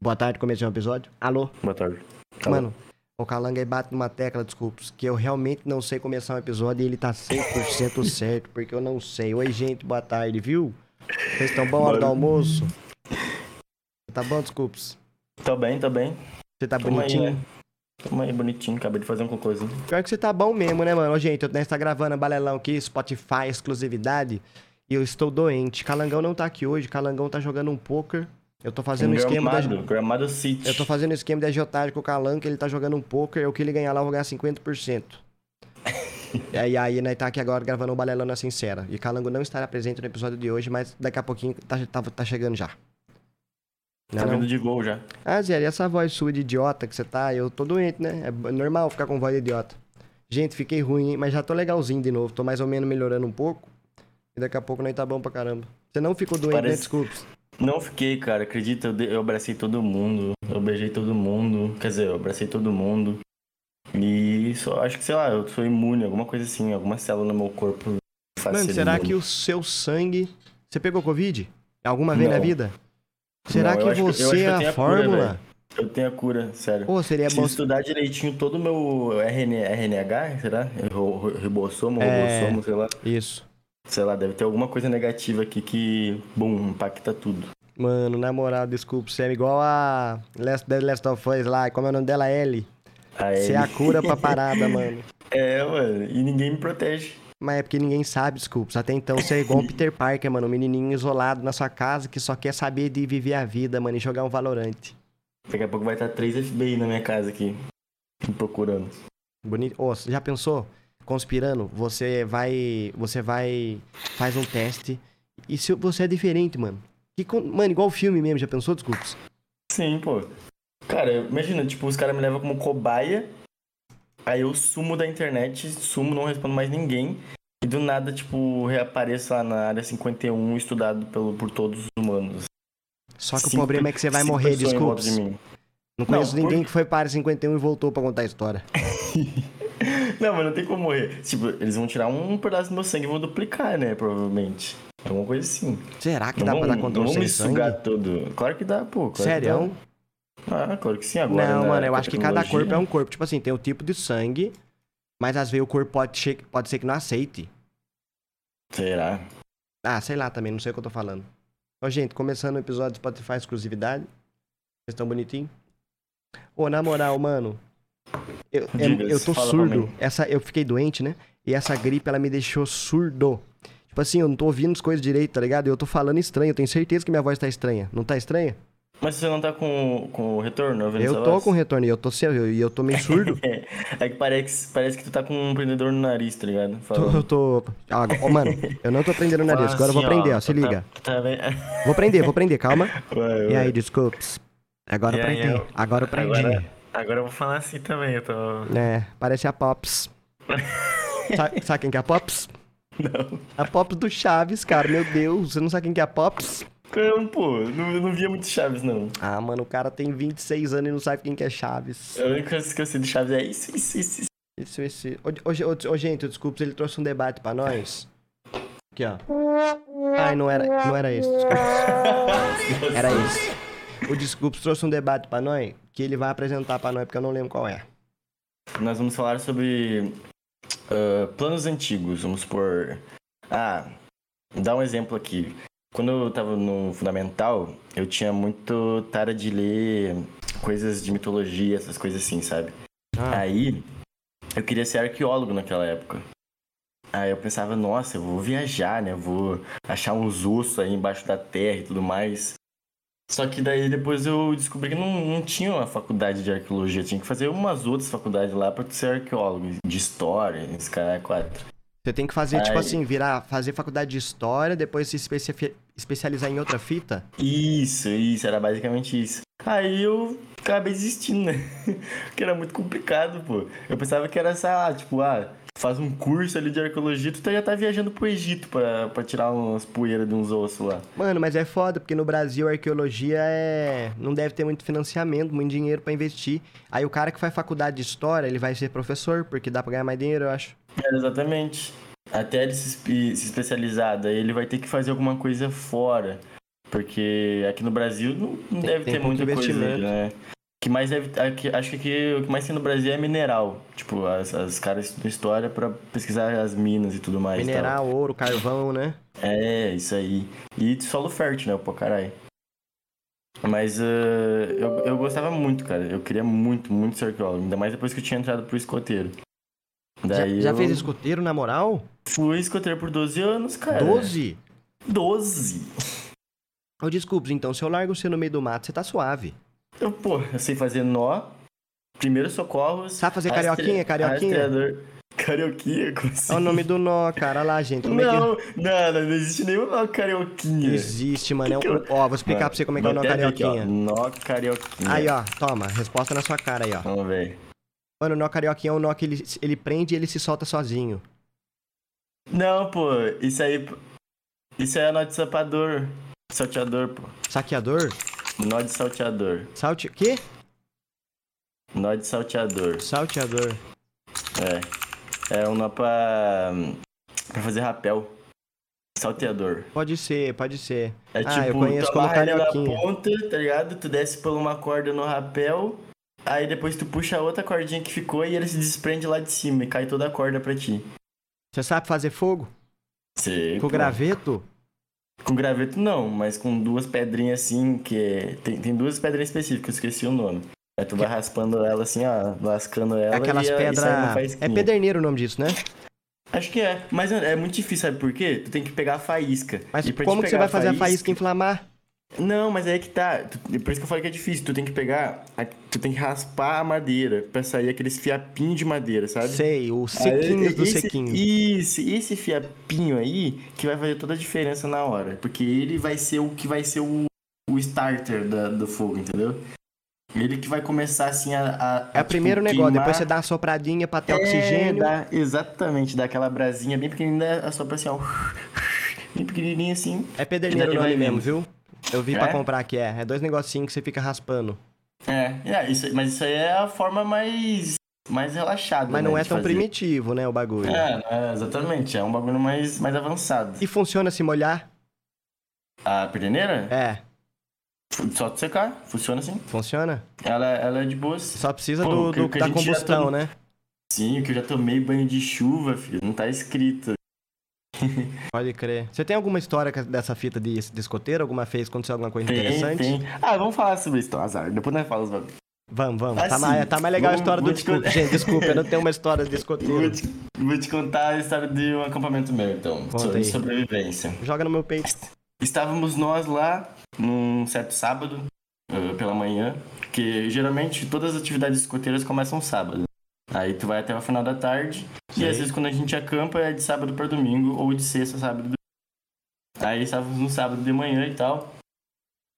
Boa tarde, começo de um episódio. Alô? Boa tarde. Alô? Mano, o Calanga aí bate numa tecla, desculpas, que eu realmente não sei começar um episódio e ele tá 100% certo, porque eu não sei. Oi, gente, boa tarde, viu? Vocês estão bom, hora do Bora. almoço? Tá bom, desculpas. Tô bem, tô bem. Você tá Tamo aí, bonitinho? né? Tamo aí, bonitinho. Acabei de fazer um concurso. Pior que você tá bom mesmo, né, mano? Ô, gente, eu né, tá gravando a balelão aqui, Spotify, exclusividade. E eu estou doente. Calangão não tá aqui hoje, Calangão tá jogando um poker. Eu tô fazendo um esquema da... Gramado, Gramado City. Eu tô fazendo um esquema de agiotagem com o Calanga, ele tá jogando um poker, o que ele ganhar lá eu vou ganhar 50%. e aí, aí, né, tá aqui agora gravando o Balelão na Sincera. E Calango não estará presente no episódio de hoje, mas daqui a pouquinho tá, tá, tá chegando já. Não, Tá não. vindo de gol já. Ah, Zé, e essa voz sua de idiota que você tá, eu tô doente, né? É b- normal ficar com voz de idiota. Gente, fiquei ruim, hein? Mas já tô legalzinho de novo. Tô mais ou menos melhorando um pouco. E daqui a pouco nós tá bom pra caramba. Você não ficou doente, né? Parece- Desculpa. Não fiquei, cara. Acredita, eu, de- eu abracei todo mundo. Eu beijei todo mundo. Quer dizer, eu abracei todo mundo. E só acho que, sei lá, eu sou imune, alguma coisa assim. Alguma célula no meu corpo faz Mano, ser será imune. que o seu sangue. Você pegou Covid? Alguma vez na Não. vida? Será Não, eu que acho que- eu acho você que eu é tenho a a cura, fórmula? velho. Eu tenho a cura, sério. Pô, seria Se bom. estudar direitinho todo o meu RN RNH, será? Ro- ro- Ribossomo, É. robossomo, sei lá. Isso. Sei lá, deve ter alguma coisa negativa aqui que, bum, impacta tudo. Mano, na moral, desculpa, você é igual a Last, The Last of Us lá, como é o nome dela? Ellie. Aí, Você é a cura pra parada, mano. É, mano, e ninguém me protege. Mas é porque ninguém sabe, desculpa. Até então você é igual o Peter Parker, mano. Um menininho isolado na sua casa que só quer saber de viver a vida, mano, e jogar um valorante. Daqui a pouco vai estar três FBI na minha casa aqui, me procurando. Bonito. Ô, você já pensou? Conspirando, você vai. Você vai. Faz um teste. E se você é diferente, mano. Que con- mano, igual filme mesmo, já pensou? Desculpas. Sim, pô. Cara, imagina, tipo, os caras me levam como cobaia, aí eu sumo da internet, sumo, não respondo mais ninguém, e do nada, tipo, reapareço lá na área 51, estudado pelo, por todos os humanos. Só que Cinco- o problema é que você vai cinco morrer, pessoas em volta desculpas. de mim. Não conheço Não, por- ninguém que foi para 51 e voltou pra contar a história. Não, mas não tem como morrer. Tipo, eles vão tirar um pedaço do meu sangue e vão duplicar, né? Provavelmente. Alguma coisa assim. Será que Não dá pra vão- dar controle Não vão sem me sangue? sugar todo. Claro que dá, pô. Claro que dá. Sério? é um- Ah, claro que sim, agora. Não, né, mano, eu com acho que cada tecnologia. corpo é um corpo. Tipo assim, tem o tipo de sangue, mas às vezes o corpo pode, che- pode ser que não aceite. um- Será? Ah, sei lá também, não sei o que eu tô falando. Ô, gente, começando o episódio do Spotify exclusividade. Vocês estão bonitinho? Ô, na moral, mano. Eu, é- Diga-se, eu tô fala pra surdo. mim. Essa, eu fiquei doente, né? E essa gripe, ela me deixou surdo. Tipo assim, eu não tô ouvindo as coisas direito, tá ligado? Eu tô falando estranho, eu tenho certeza que minha voz tá estranha. Não tá estranha? Mas você não tá com, com o retorno? ouvindo eu essa tô voz? com retorno e eu tô, sem- eu, e eu tô meio surdo. É que parece, parece que tu tá com um prendedor no nariz, tá ligado? Tô- eu tô. Ah, agora- Ô, mano, eu não tô prendendo o nariz. Fala agora eu vou assim, prender, ó. Se tá- liga. Tá bem. Vou prender, vou prender, calma. Vai, E vai. aí, desculpas. Agora eu E aí, prendi. eu- Agora eu prendi. Agora, agora eu vou falar assim também, eu tô. É, parece a Pops. sabe, sabe quem que é a Pops? Não. A Pops do Chaves, cara. Meu Deus, você não sabe quem que é a Pops? Não, pô, eu não, eu não via muito Chaves, não. Ah, mano, o cara tem 26 anos e não sabe quem que é Chaves. A única coisa que eu sei do Chaves é isso, isso, isso. isso. Isso, esse. Ô, ô, ô, ô, gente, desculpa, ele trouxe um debate pra nós. Aqui, ó. Ai, não era, não era esse, desculpa. Era esse. O Desculpas trouxe um debate pra nós que ele vai apresentar pra nós, porque eu não lembro qual é. Nós vamos falar sobre ah, planos antigos, vamos supor. Ah, dá um exemplo aqui. Quando eu tava no Fundamental, eu tinha muito tara de ler coisas de mitologia, essas coisas assim, sabe? Ah. Aí, eu queria ser arqueólogo naquela época. Aí eu pensava, nossa, eu vou viajar, né? Eu vou achar uns ossos aí embaixo da terra e tudo mais. Só que daí depois eu descobri que não, não tinha uma faculdade de arqueologia, tinha que fazer umas outras faculdades lá pra tu ser arqueólogo, de história, esse cara é quatro. Você tem que fazer, tipo Aí. assim, virar, fazer faculdade de história, depois se especi- especializar em outra fita. Isso, isso, era basicamente isso. Aí eu acabei desistindo, né? Porque era muito complicado, pô. Eu pensava que era, sei lá, tipo, ah, faz um curso ali de arqueologia, tu tá- já tá viajando pro Egito pra, pra tirar umas poeiras de uns ossos lá. Mano, mas é foda, porque no Brasil a arqueologia é. Não deve ter muito financiamento, muito dinheiro pra investir. Aí o cara que faz faculdade de história, ele vai ser professor, porque dá pra ganhar mais dinheiro, eu acho. É, exatamente. Até ele se, espe- se especializar, daí ele vai ter que fazer alguma coisa fora. Porque aqui no Brasil não, não deve tem ter pouco muita coisa, investimento. né? O Que mais deve, aqui- acho que aqui o que mais tem no Brasil é mineral. Tipo, as, as caras estudam história pra pesquisar as minas e tudo mais. e tal. Mineral, ouro, carvão, né? É, isso aí. E solo fértil, né? Pô, caralho. Mas eh, eu, eu gostava muito, cara. Eu queria muito, muito ser arqueólogo. Ainda mais depois que eu tinha entrado pro escoteiro. Já, Daí já eu fez escoteiro, na moral? Fui um escoteiro por 12 anos, cara. 12? 12? Ô, desculpa, então, se eu largo você no meio do mato, você tá suave. Eu, pô, eu sei fazer nó, primeiros socorros. Sabe fazer carioquinha, carioquinha? Rastreador. Carioquinha? Como assim? É o nome do nó, cara. Olha lá, gente. Como é que- Não, não, não existe nenhum nó carioquinha. Existe, mano. É um- Que que eu- Ó, vou explicar pra você como é que é o nó Botei aqui, carioquinha. ó, nó carioquinha. Aí, ó, toma, resposta na sua cara aí, ó. Vamos ver. Mano, o nó carioquinha é um nó que ele, ele prende e ele se solta sozinho. Não, pô, isso aí. Isso aí é nó de sapador. Salteador, pô. Saqueador? Nó de salteador. Salte. Quê? Nó de salteador. Salteador. É. É um nó pra. pra fazer rapel. Salteador. Pode ser, pode ser. É Ah, eu tipo, conheço tu como amarra ele na carioquinha. ponta, tá ligado? Tu desce por uma corda no rapel, aí depois tu puxa a outra cordinha que ficou e ele se desprende lá de cima e cai toda a corda pra ti. Você sabe fazer fogo? Sim, Com pô. graveto? Com graveto não, mas com duas pedrinhas assim, que é- tem, tem duas pedrinhas específicas, eu esqueci o nome. Aí tu vai raspando ela assim, ó, lascando ela. É aquelas e, a- e pedras. sai uma É faísquinha. pederneiro o nome disso, né? Acho que é, mas é é muito difícil, sabe por quê? Tu tem que pegar a faísca. Mas E pra te como que você pegar vai fazer a faísca inflamar? Não, mas aí que tá. Tu- Por isso que eu falei que é difícil. Tu tem que pegar. a- Tu tem que raspar a madeira pra sair aqueles fiapinhos de madeira, sabe? Sei, os Aí, sequinhos dos esse- sequinhos. Isso, esse fiapinho aí que vai fazer toda a diferença na hora. Porque ele vai ser o que vai ser o, o starter da- do fogo, entendeu? Ele que vai começar assim a. a- É a, o primeiro tipo, negócio, queimar. depois você dá uma sopradinha pra ter É, oxigênio. dá- exatamente, dá aquela brasinha bem pequenininha, só pra assim, ó. Bem pequenininha assim. É pederneiro o E daí nome vai mesmo, viu? Eu vi pra É? comprar aqui, é. É dois negocinhos que você fica raspando. É, é, isso, mas isso aí é a forma mais, mais relaxada. Mas né, não é de tão fazer. primitivo, né, o bagulho. É, é, exatamente. É um bagulho mais, mais avançado. E funciona se molhar? A peneira, É. só de secar, funciona assim. Funciona? Ela, ela é de boas. Só precisa do, Pô, que- do- que a da gente já combustão, tá- né? Sim, que eu já tomei banho de chuva, filho. Não tá escrito. Pode crer. Você tem alguma história ca- dessa fita de, de escoteiro? Alguma vez aconteceu alguma coisa Tem, interessante? tem. Ah, vamos falar sobre isso, então, azar. Depois nós falamos. bagulho. Vamos, vamos. tá, Assim, mais, tá mais legal a vou- história do vou te desculpa. contar- Gente, desculpa, eu não tenho uma história de Vou escoteiro. te, vou te contar a história de um acampamento meu, então. Conta sobre aí. sobrevivência. Joga no meu peito. Estávamos nós lá num certo sábado, eh, pela manhã, que geralmente todas as atividades escoteiras começam sábado. Aí tu vai até o final da tarde, e às Sei. vezes quando a gente acampa é de sábado para domingo, ou de sexta a sábado. Aí estávamos no sábado de manhã e tal.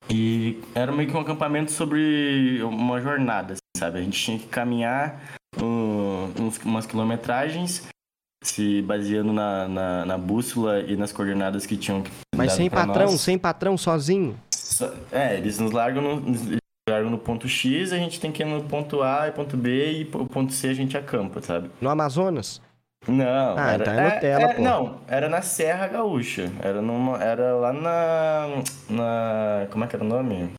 E era meio que um acampamento sobre uma jornada, assim, sabe? A gente tinha que caminhar um- uns- umas quilometragens, se baseando na, na, na bússola e nas coordenadas que tinham Mas dado sem pra patrão, nós. sem patrão, sozinho. Só- É, eles nos largam no, nos largam no ponto X, a gente tem que ir no ponto A e ponto B, e o ponto C a gente acampa, sabe? No Amazonas? Não, Ah, era, então é é Nutella, é- pô. Não, era na Serra Gaúcha. Era, numa, era lá na, na. Como é que era o nome?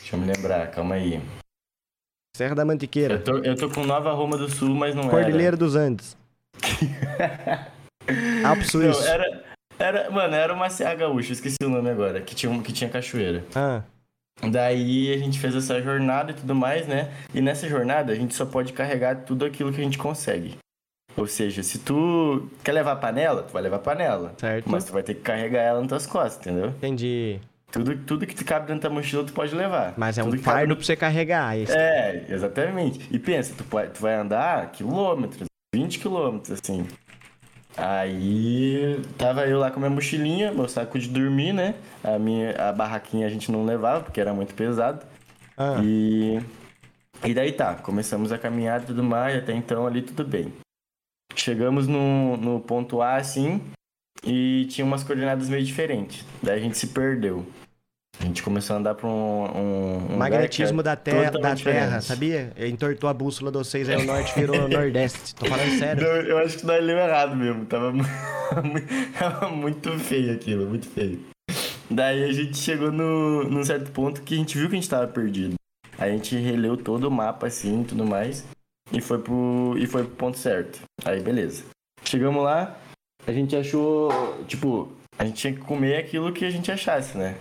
Deixa eu me lembrar, calma aí. Serra da Eu Mantiqueira. tô, eu tô com Nova Roma do Sul, mas não Cordilheira dos Andes. Alpes era. Suíços. Não, é era, era. Mano, era uma Serra Gaúcha, esqueci o nome agora, que tinha, um- que tinha cachoeira. Ah, Daí a gente fez essa jornada e tudo mais, né? E nessa jornada a gente só pode carregar tudo aquilo que a gente consegue. Ou seja, se tu quer levar a panela, tu vai levar a panela. certo. Mas tu vai ter que carregar ela nas tuas costas, entendeu? Entendi. Tudo, tudo que te cabe dentro da mochila tu pode levar. Mas é tudo um que cabe fardo no- pra você carregar. Esse- É, exatamente. E pensa, tu, pode, tu vai andar quilômetros, 20 quilômetros, assim. Aí tava eu lá com minha mochilinha, meu saco de dormir, né? A minha a barraquinha a gente não levava porque era muito pesado. Ah, E, e daí tá, começamos a caminhar e tudo mais, até então ali tudo bem. Chegamos no, no ponto A assim, e tinha umas coordenadas meio diferentes. Daí a gente se perdeu. A gente começou a andar pra um. um- um lugar magnetismo da, que te era da totalmente Terra, tá diferente. sabia? Entortou a bússola de vocês, aí o norte virou o nordeste. Tô falando sério. Não, eu acho que nós leu errado mesmo. Tava, mu- tava muito feio aquilo, muito feio. Daí a gente chegou no, num certo ponto que a gente viu que a gente tava perdido. Aí a gente releu todo o mapa, assim, e tudo mais. E foi pro, e foi pro ponto certo. Aí, beleza. Chegamos lá, a gente achou, tipo, a gente tinha que comer aquilo que a gente achasse, né?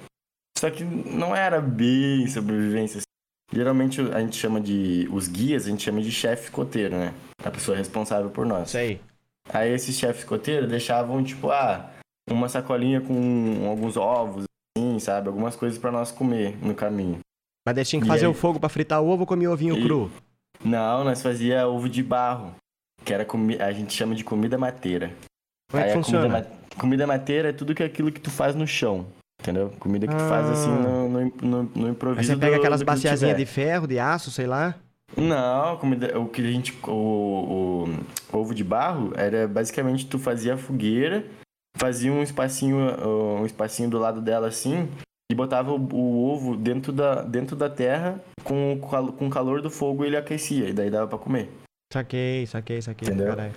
Só que não era bem sobrevivência. assim. Geralmente a gente chama de. Os guias a gente chama de chefe coteiro, né? A pessoa responsável por nós. Sei. Aí esses chefes coteiros deixavam, tipo, ah, uma sacolinha com alguns ovos, assim, sabe? Algumas coisas pra nós comer no caminho. Mas daí tinha que E fazer aí? o fogo pra fritar o ovo ou comer ovinho E- cru? Não, nós fazia ovo de barro, que era comi a gente chama de comida mateira. Como é Aí que a funciona? Comida, ma- comida mateira é tudo que aquilo que tu faz no chão, entendeu? Comida que tu faz Ah. assim no, no, no, no Aí improviso. você pega do- aquelas do que tu baciazinhas tiver. de ferro, de aço, sei lá. Não, comida, o que a gente. O, o ovo de barro era basicamente tu fazia a fogueira, fazia um espacinho, uh, um espacinho do lado dela assim, e botava o, o ovo dentro da, dentro da terra com, o cal- com o calor do fogo ele aquecia, e daí dava pra comer. Saquei, saquei, saquei. Entendeu? caralho.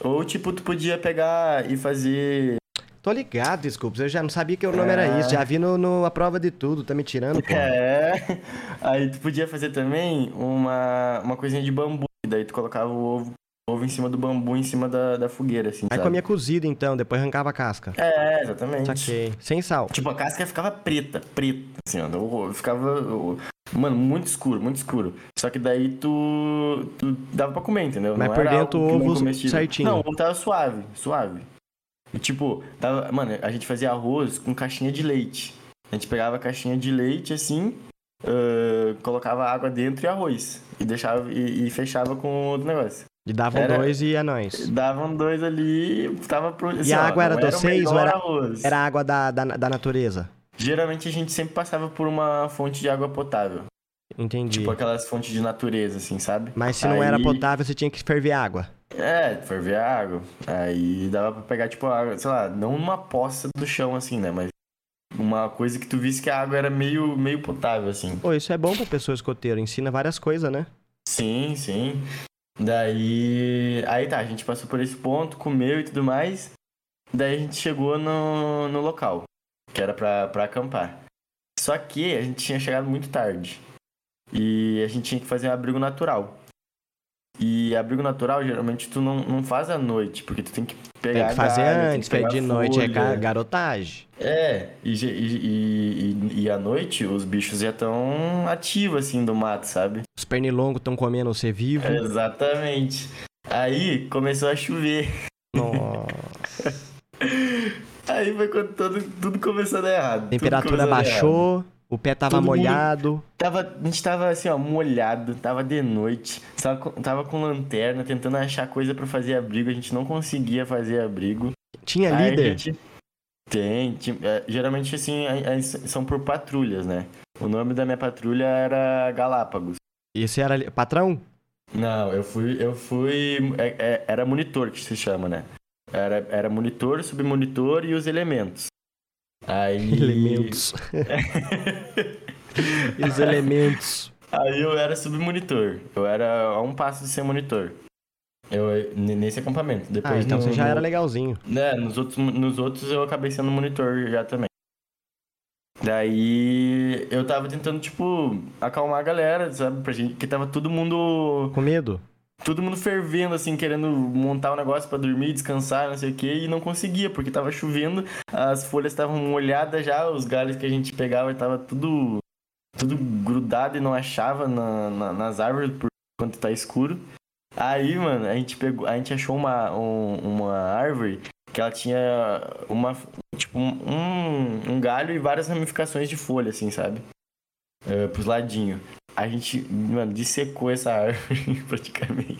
Ou tipo, tu podia pegar e fazer. Tô ligado, desculpa. Eu já não sabia que o nome era É. isso. Já vi no, no A Prova de Tudo. Tá me tirando, pô. É. Aí tu podia fazer também uma, uma coisinha de bambu, e daí tu colocava o ovo, ovo em cima do bambu, em cima da, da fogueira, assim. Aí sabe? comia cozido, então. Depois arrancava a casca. É, exatamente. Saquei. Sem sal. Tipo, a casca ficava preta, preta, assim, ó. o- o- Ficava. o- Mano, muito escuro, muito escuro. Só que daí tu. tu dava pra comer, entendeu? Mas Não por era dentro algo que o não ovo comestível. certinho. Não, o ovo tava suave, suave. E tipo, tava. Mano, a gente fazia arroz com caixinha de leite. A gente pegava a caixinha de leite assim, ãh, colocava água dentro e arroz. E deixava. E, e fechava com outro negócio. E davam Era- dois e é nóis. Davam dois ali, tava pro. assim, a ó, água era não o doceis ou melhor era- arroz. Era água da, da, da natureza. Geralmente a gente sempre passava por uma fonte de água potável. Entendi. Tipo aquelas fontes de natureza, assim, sabe? Mas se não era Aí- potável, você tinha que ferver água. É, ferver a água. Aí dava pra pegar, tipo, a água, sei lá, não uma poça do chão, assim, né? Mas uma coisa que tu visse que a água era meio, meio potável, assim. Pô, isso é bom pra pessoa escoteira. Ensina várias coisas, né? Sim, sim. Daí. Aí tá, a gente passou por esse ponto, comeu e tudo mais. Daí a gente chegou no, no local, que era pra, pra acampar. Só que a gente tinha chegado muito tarde. E a gente tinha que fazer um abrigo natural. E abrigo natural, geralmente, tu não, não faz à noite, porque tu tem que pegar. Tem que fazer galho, É, tem antes, que que pegar de noite é folha. ga- garotagem. É, e, ge- e, e, e, e à noite os bichos já estão ativos, assim, do mato, sabe? Os pernilongos estão comendo você vivo. É. Exatamente. Aí começou a chover. Nossa. Aí foi quando todo, tudo começou a dar errado. Tudo Temperatura começou a dar errado. baixou, o pé tava Todo mundo- molhado. Tava, a gente tava assim, ó, molhado, tava de noite, tava com, tava com lanterna, tentando achar coisa pra fazer abrigo, a gente não conseguia fazer abrigo. Tinha Aí a é líder. gente- Tem, ti- é, geralmente assim, a- a- são por patrulhas, né? O nome da minha patrulha era Galápagos. E você era li- patrão? Não, eu fui. Eu fui. é- é- era monitor que se chama, né? Era, era monitor, submonitor e os elementos. Aí. Elementos. e os elementos. Aí eu era submonitor. Eu era a um passo de ser monitor. Eu, n- nesse acampamento. Depois Ah, então no- você já no- era legalzinho. né, nos outros, nos outros eu acabei sendo monitor já também. Daí eu tava tentando, tipo, acalmar a galera, sabe? Pra gente, que tava todo mundo Com medo? todo mundo fervendo, assim, querendo montar um negócio pra dormir, descansar, não sei o que, e não conseguia, porque tava chovendo, as folhas estavam molhadas já, os galhos que a gente pegava tava tudo, tudo grudado e não achava na- na- nas árvores por quando tá escuro. Aí, mano, a gente pegou, a gente achou uma, um- uma árvore que ela tinha uma, tipo, um, um galho e várias ramificações de folha, assim, sabe? É, pros ladinhos. A gente, mano, dissecou essa árvore praticamente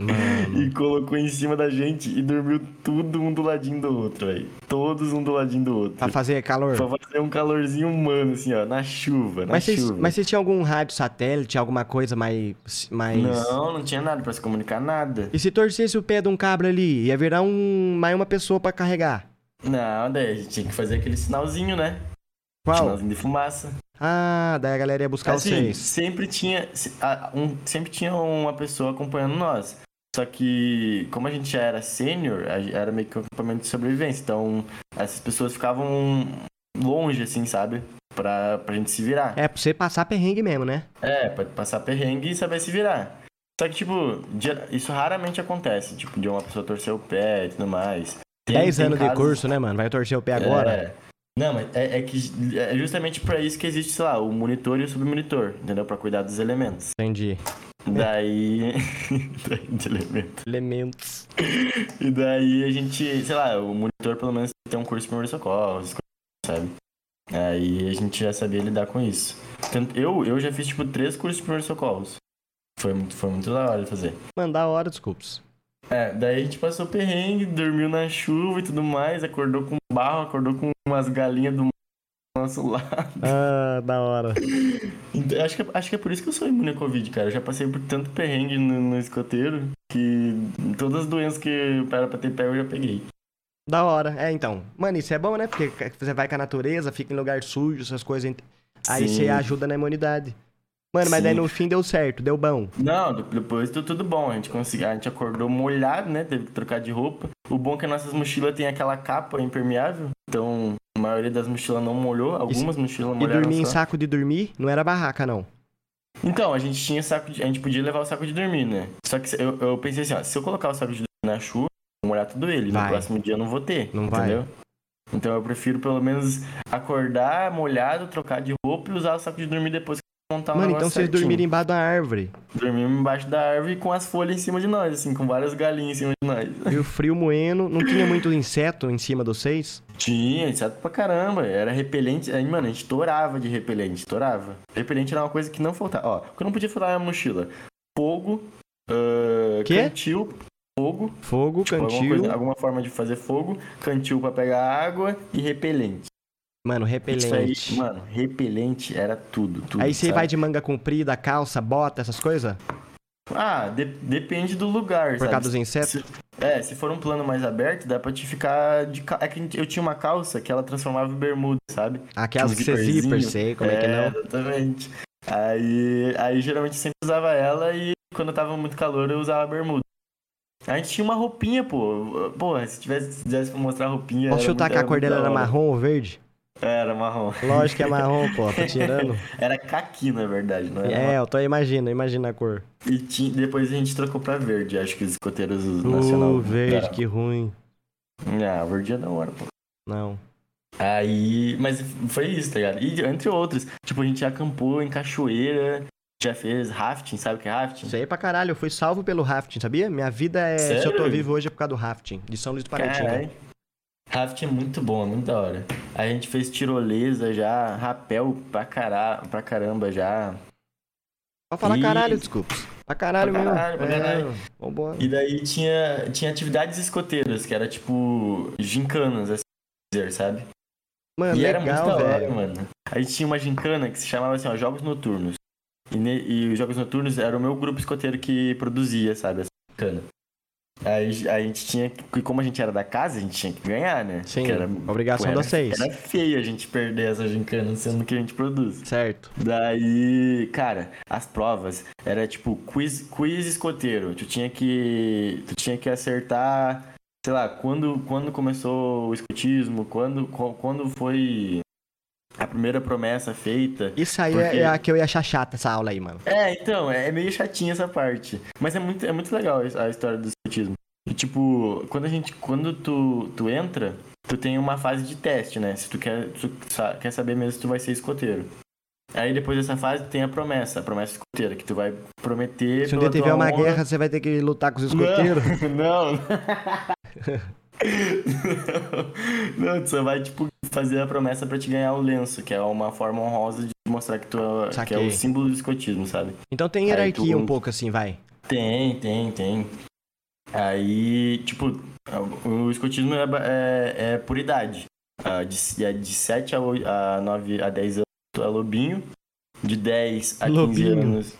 Mano. e colocou em cima da gente e dormiu tudo um do ladinho do outro, velho. Todos um do ladinho do outro. Pra fazer calor. Pra fazer um calorzinho humano, assim, ó, na chuva, na Mas vocês, chuva. mas vocês tinham algum rádio satélite, alguma coisa mais. mais... Não, não tinha nada pra se comunicar, nada. E se torcesse o pé de um cabra ali, ia virar um, mais uma pessoa pra carregar. Não, daí a gente tinha que fazer aquele sinalzinho, né? Qual? Sinalzinho de fumaça. Ah, daí a galera ia buscar Assim, vocês. sempre tinha, se- a- um- sempre tinha uma pessoa acompanhando nós. Só que, como a gente já era sênior, a- era meio que um acampamento de sobrevivência. Então, essas pessoas ficavam longe, assim, sabe? Pra, pra gente se virar. É, pra você passar perrengue mesmo, né? É, pra passar perrengue e saber se virar. Só que, tipo, dia- isso raramente acontece, tipo, de uma pessoa torcer o pé e tudo mais. Tem- 10 tem anos de casos- curso, né, mano? Vai torcer o pé agora? É. Não, mas é, é que é justamente pra isso que existe, sei lá, o monitor e o submonitor, entendeu? Pra cuidar dos elementos. Entendi. Daí. daí de elemento. Elementos. E daí a gente, sei lá, o monitor pelo menos tem um curso de primeiros socorros, essas coisas, sabe? Aí a gente já sabia lidar com isso. Tanto- eu, eu já fiz, tipo, três cursos de primeiros socorros. Foi, muito- foi muito da hora de fazer. Mano, da hora, desculpas. É, daí a gente passou perrengue, dormiu na chuva e tudo mais, acordou com um barro, acordou com umas galinhas do nosso lado. Ah, da hora. Então, Acho que, acho que é por isso que eu sou imune à Covid, cara. Eu já passei por tanto perrengue no, no escoteiro que todas as doenças que era pra ter pego eu já peguei. Da hora. É, então. Mano, isso é bom, né? Porque ca- você vai com a natureza, fica em lugar sujo, essas coisas. ent- Aí Sim. você ajuda na imunidade. Mano, mas Sim. daí no fim deu certo, deu bom. Não, de- depois tu- tudo bom. A gente, consegui, a gente acordou molhado, né? Teve que trocar de roupa. O bom é que nossas mochilas tem aquela capa impermeável. Então, a maioria das mochilas não molhou. Algumas mochilas E molharam dormir em só. saco de dormir não era barraca, não. Então, a gente tinha saco de... A gente podia levar o saco de dormir, né? Só que se- eu, eu pensei assim, ó, se eu colocar o saco de dormir na chuva, eu vou molhar tudo ele. Vai. No próximo dia eu não vou ter. Não vai. entendeu? Então eu prefiro pelo menos acordar molhado, trocar de roupa e usar o saco de dormir depois que eu montar o Mano, então negócio vocês é certinho. dormirem embaixo da árvore. Dormimos embaixo da árvore com as folhas em cima de nós, assim, com várias galinhas em cima de nós. E o frio moendo. Não tinha muito inseto em cima de vocês? Tinha, inseto pra caramba. Era repelente. Aí, mano, a gente torava de repelente, estourava. Repelente era uma coisa que não faltava. Ó, o que não podia faltar na mochila. Fogo, ah, Quê? cantil, fogo, Fogo, tipo, alguma, cantil. coisa- alguma forma de fazer fogo, cantil pra pegar água e repelente. Mano, repelente. Isso aí, mano, repelente era tudo, tudo. Aí você sabe? vai de manga comprida, calça, bota, essas coisas? Ah, de- depende do lugar, Por sabe? causa dos insetos? Se- é, se for um plano mais aberto, dá pra te ficar de ca... É que a gente- eu tinha uma calça que ela transformava em bermuda, sabe? Aquelas uns que você zíper, zíperzinho. sei, como é que não? Exatamente. Aí, aí geralmente eu sempre usava ela e quando tava muito calor eu usava bermuda. A gente tinha uma roupinha, pô. Porra, se tivesse, se tivesse pra mostrar a roupinha. Posso era chutar muito- que a cor muito dela da era hora. marrom ou verde? Era marrom. Lógico que é marrom, pô, tô tirando. Era caqui, na verdade, não era? É, eu tô imaginando, imagina a cor. E ti- depois a gente trocou pra verde, acho que os escoteiros nacional. né? É. Uh, verde, que ruim. Ah, verde é da hora, pô. Não. Aí, mas foi isso, tá ligado? E entre outros, tipo, a gente já acampou em cachoeira, já fez rafting, sabe o que é rafting? Isso aí pra caralho, eu fui salvo pelo rafting, sabia? Minha vida é. Se eu tô Sério? vivo hoje é por causa do rafting, de São Luís do Paraitinga. Caralho. Rafting é muito bom, é muito da hora. A gente fez tirolesa já, rapel pra, cará, pra caramba já. Pra falar Ih. caralho, desculpa. Pra caralho Pra mesmo. caralho, pra É, caralho. Vambora. E daí tinha, tinha atividades escoteiras, que era tipo gincanas, assim dizer, sabe? Mano, e era muito da legal, hora, velho. mano. A gente tinha uma gincana que se chamava assim, ó, Jogos Noturnos. E, ne- e os Jogos Noturnos era o meu grupo escoteiro que produzia, sabe, essa gincana. Aí a gente tinha que, como a gente era da casa, a gente tinha que ganhar, né? Sim, Que era, obrigação era- das seis. Era feio a gente perder essa gincana, sendo que a gente produz. Certo. Daí, cara, as provas era tipo quiz, quiz escoteiro. Tu tinha que tu tinha que acertar, sei lá, quando quando começou o escotismo, quando co- quando foi a primeira promessa feita. Isso aí Por é, quê? é a que eu ia achar chata essa aula aí, mano. É, então, é meio chatinha essa parte, mas é muito é muito legal a história do escotismo. E tipo, quando a gente quando tu tu entra, tu tem uma fase de teste, né? Se tu quer tu sa- quer saber mesmo se tu vai ser escoteiro. Aí depois dessa fase tem a promessa, a promessa escoteira, que tu vai prometer. Se um pela dia tiver tua uma honra- guerra, você vai ter que lutar com os escoteiros. Não, não. não, tu só vai, tipo, fazer a promessa pra te ganhar o lenço, que é uma forma honrosa de mostrar que tu é, que é Saquei. o símbolo do escotismo, sabe? Então tem Aí tu hierarquia um usa. pouco assim, vai. Tem, tem, tem. Aí, tipo, o escotismo é, ba- é, é por idade. Ah, De, se- é de 7 a, oi- a 9 a 10 anos tu é lobinho. De 10 a 15 Lobinho. anos.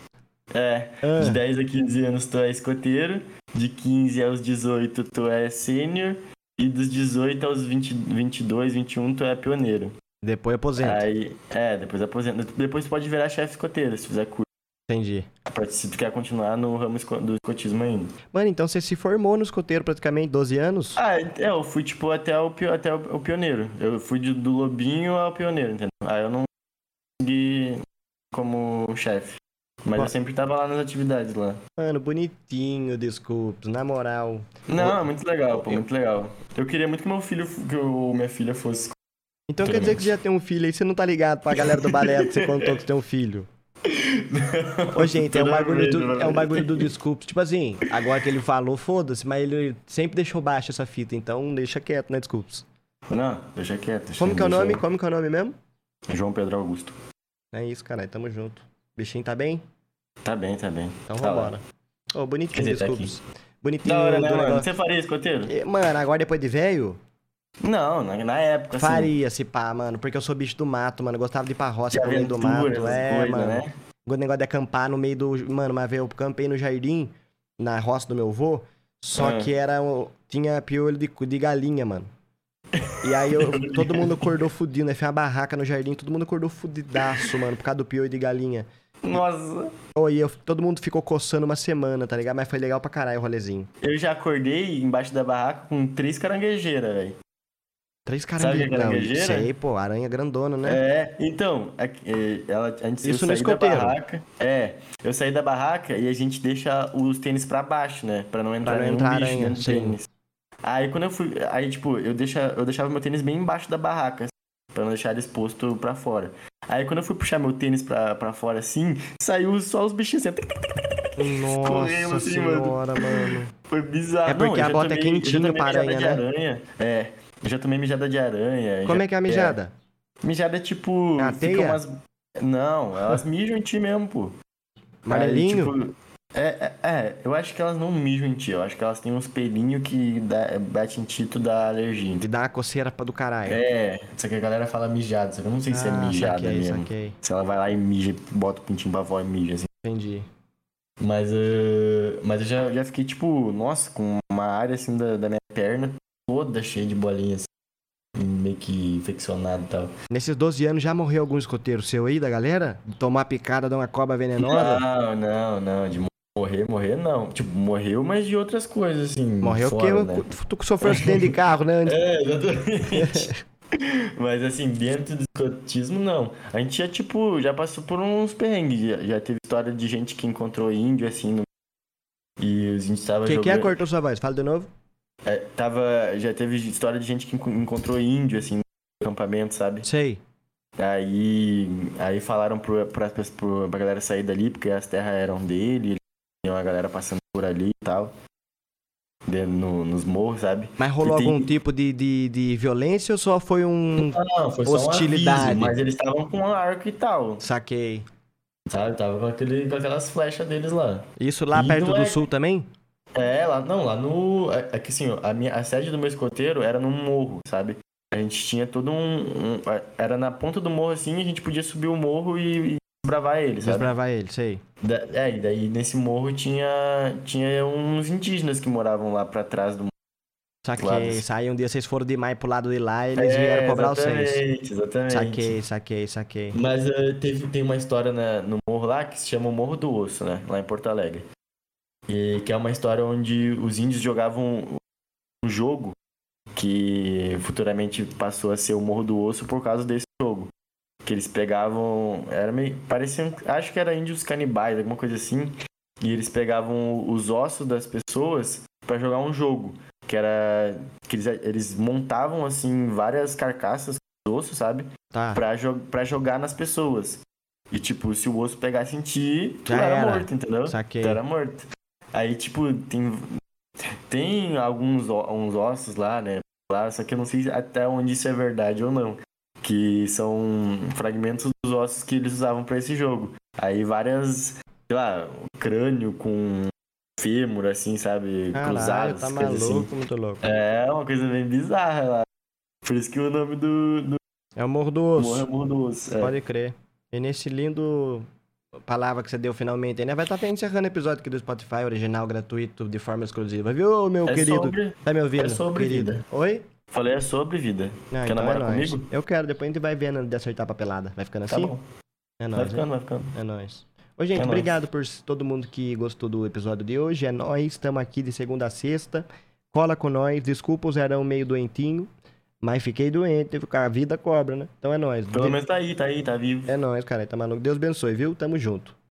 É, de Ah, 10 a 15 anos tu é escoteiro, de 15 aos 18 tu é sênior e dos 18 aos 20, 22, 21 tu é pioneiro. depois aposenta. Aí, é, depois aposenta. Depois tu pode virar chefe escoteiro se fizer curso. Entendi. A partir se tu quer continuar no ramo esco- do escotismo ainda. Mano, então você se formou no escoteiro praticamente, 12 anos? Ah, é, eu fui, tipo, até o, pio- até o, o pioneiro. Eu fui de- do lobinho ao pioneiro, entendeu? Aí eu não consegui como chefe. Mas Bom. eu sempre tava lá nas atividades lá. Mano, bonitinho, desculpa, na moral. Não, é muito legal, pô, muito legal. Eu queria muito que meu filho, que eu, minha filha fosse. Então quer dizer que você já tem um filho aí, você não tá ligado pra galera do balé que você contou que você tem um filho. Ô, gente, é um Toda bagulho vez, do, mano. é um bagulho do desculpa. Tipo assim, agora que ele falou, foda-se, mas ele sempre deixou baixo essa fita, então deixa quieto, né, desculpas. Não, deixa quieto. deixa- Como que é o deixa- nome? Como que é o nome mesmo? João Pedro Augusto. É isso, caralho, tamo junto. Bichinho tá bem? Tá bem, tá bem. Então tá lá. vambora. Ô, bonitinho, Quer dizer, tá desculpas. Bonitinho Da hora, né, do mano? negócio. Você faria escoteiro? Eh, Mano, agora depois de velho, Não, na, na época, assim. faria se pá, mano, porque eu sou bicho do mato, mano. eu Gostava de ir pra roça, de pro tipo, meio do mato. aventura, essas É, coisas, mano. né? O negócio de acampar no meio do. Mano, uma vez eu campei no jardim, na roça do meu avô, só Ah. que era. um- Tinha piolho de, cu- de galinha, mano. E aí eu- todo mundo acordou fudido, né? Foi uma barraca no jardim, todo mundo acordou fudidaço, mano, por causa do piolho de galinha. Nossa, Oh, e eu, todo mundo ficou coçando uma semana, tá ligado? Mas foi legal pra caralho o rolezinho. eu já acordei embaixo da barraca com três caranguejeiras, velho. Três Sabe o que é caranguejeiras. Não, caranguejeira? sei, pô, aranha grandona, né? É, então, a- é, ela, antes Isso eu no saí da escoteiro. barraca. É, eu saí da barraca e a gente deixa os tênis pra baixo, né? Pra não entrar não nenhum entrar bicho aranha, dentro do sim. tênis. Aí quando eu fui. Aí, tipo, eu, deixa, eu deixava meu tênis bem embaixo da barraca, assim, pra não deixar ele exposto pra fora. Aí quando eu fui puxar meu tênis pra, pra fora assim, saiu só os bichinhos assim. Nossa Escorrendo assim, mano. senhora, mano. Foi bizarro. É porque eu a já bota é tomei- eu já quentinho tomei pra mijada aranha, de né? aranha. É. Eu já tomei mijada de aranha. Como já- é que é a mijada? Mijada é tipo. É a fica teia? umas- Não, elas mijam em ti mesmo, pô. Amarelinho? Aí, tipo, é, é, é, eu acho que elas não mijam em ti, eu acho que elas têm uns pelinhos que dá, bate em ti e tu dá alergia. De dar uma coceira pra do caralho. É, só que a galera fala mijada, só que eu não sei se é Ah, mijada saquei, mesmo. saquei. Se ela vai lá e mija, bota o pintinho pra fora e mija, assim. Entendi. Mas, eh, mas eu já, já fiquei, tipo, nossa, com uma área assim da, da minha perna toda cheia de bolinhas, assim, meio que infeccionado e tal. Nesses 12 anos já morreu algum escoteiro seu aí da galera? Tomar picada de uma cobra venenosa? Não, não, não. De morrer, morrer não. Tipo, morreu, mas de outras coisas, assim. morreu porque fora, né? tu sofreu um acidente de carro, né? Antes- É, exatamente. mas assim, dentro do escotismo, não. A gente já, tipo, já passou por uns perrengues. Já, já teve história de gente que encontrou índio, assim, no... E a gente tava O que, que é? jogando- Cortou sua voz. Fala de novo. é, tava Já teve história de gente que enco- encontrou índio, assim, no acampamento, sabe? Sei. Aí, aí falaram pro, pra, pra, pro- pra galera sair dali, porque as terras eram dele, e uma galera passando por ali e tal. de- no- nos morros, sabe? Mas rolou E tem- algum tipo de, de, de violência ou só foi um... Não, foi só um Hostilidade. aviso, mas mas eles estavam com um arco e tal, Saquei. sabe? Tava com, aquelas flechas deles lá. Isso lá E perto não do é- sul também? É, lá, não, lá no... É, é que assim, ó, a, minha, a sede do meu escoteiro era num morro, sabe? A gente tinha todo um... um- era na ponta do morro, assim, e a gente podia subir o morro e... e Bravar ele, sabe? Desbravar ele, sei. Da- é, e daí nesse morro tinha, tinha uns indígenas que moravam lá pra trás do morro. Saquei. Claro. Sai um dia vocês foram demais pro lado de lá e eles vieram cobrar vocês. É, Exatamente, exatamente. Saquei, saquei, saquei. Mas eh, teve, tem uma história na- no morro lá que se chama o Morro do Osso, né? Lá em Porto Alegre. E que é uma história onde os índios jogavam um jogo que futuramente passou a ser o Morro do Osso por causa desse jogo. Que eles pegavam. Era meio. Pareciam. Acho que era índios canibais, alguma coisa assim. E eles pegavam os ossos das pessoas pra jogar um jogo. Que era. Que eles, eles montavam, assim, várias carcaças com os ossos, sabe? Tá. pra, jo- pra jogar nas pessoas. E, tipo, se o osso pegasse em ti, tu Já era, era. morto, entendeu? Saquei. Tu era morto. Aí, tipo, tem, tem alguns ó- uns ossos lá, né? Lá, só que eu não sei até onde isso é verdade ou não. Que são fragmentos dos ossos que eles usavam pra esse jogo. Aí várias, sei lá, crânio com fêmur, assim, sabe? Caralho, cruzados, tá coisa assim. maluco, muito louco. É uma coisa bem bizarra lá. Por isso que o nome do, do É o Morro do morro é Osso. Morro do Osso. É. Pode crer. E nesse lindo palavra que você deu finalmente, aí, né? Vai estar encerrando o episódio aqui do Spotify, original, gratuito, de forma exclusiva, viu, meu É querido? sobre- Tá me ouvindo? é sobre querido? vida. Oi? Falei é sobre vida. Não, então é Quer namorar nóis. comigo? Eu quero, depois a gente vai vendo de acertar a papelada. Vai ficando Tá assim? bom. É Vai nóis, né? ficando, vai ficando. É nóis. Ô, gente, É nóis. obrigado por s- todo mundo que gostou do episódio de hoje. É nóis, estamos aqui de segunda a sexta. Cola com nós. Desculpa o Zerão meio doentinho, mas fiquei doente. A vida cobra, né? Então é nóis. Pelo menos tá aí, tá aí, tá vivo. É nóis, cara. Tá maluco. Deus abençoe, viu? Tamo junto.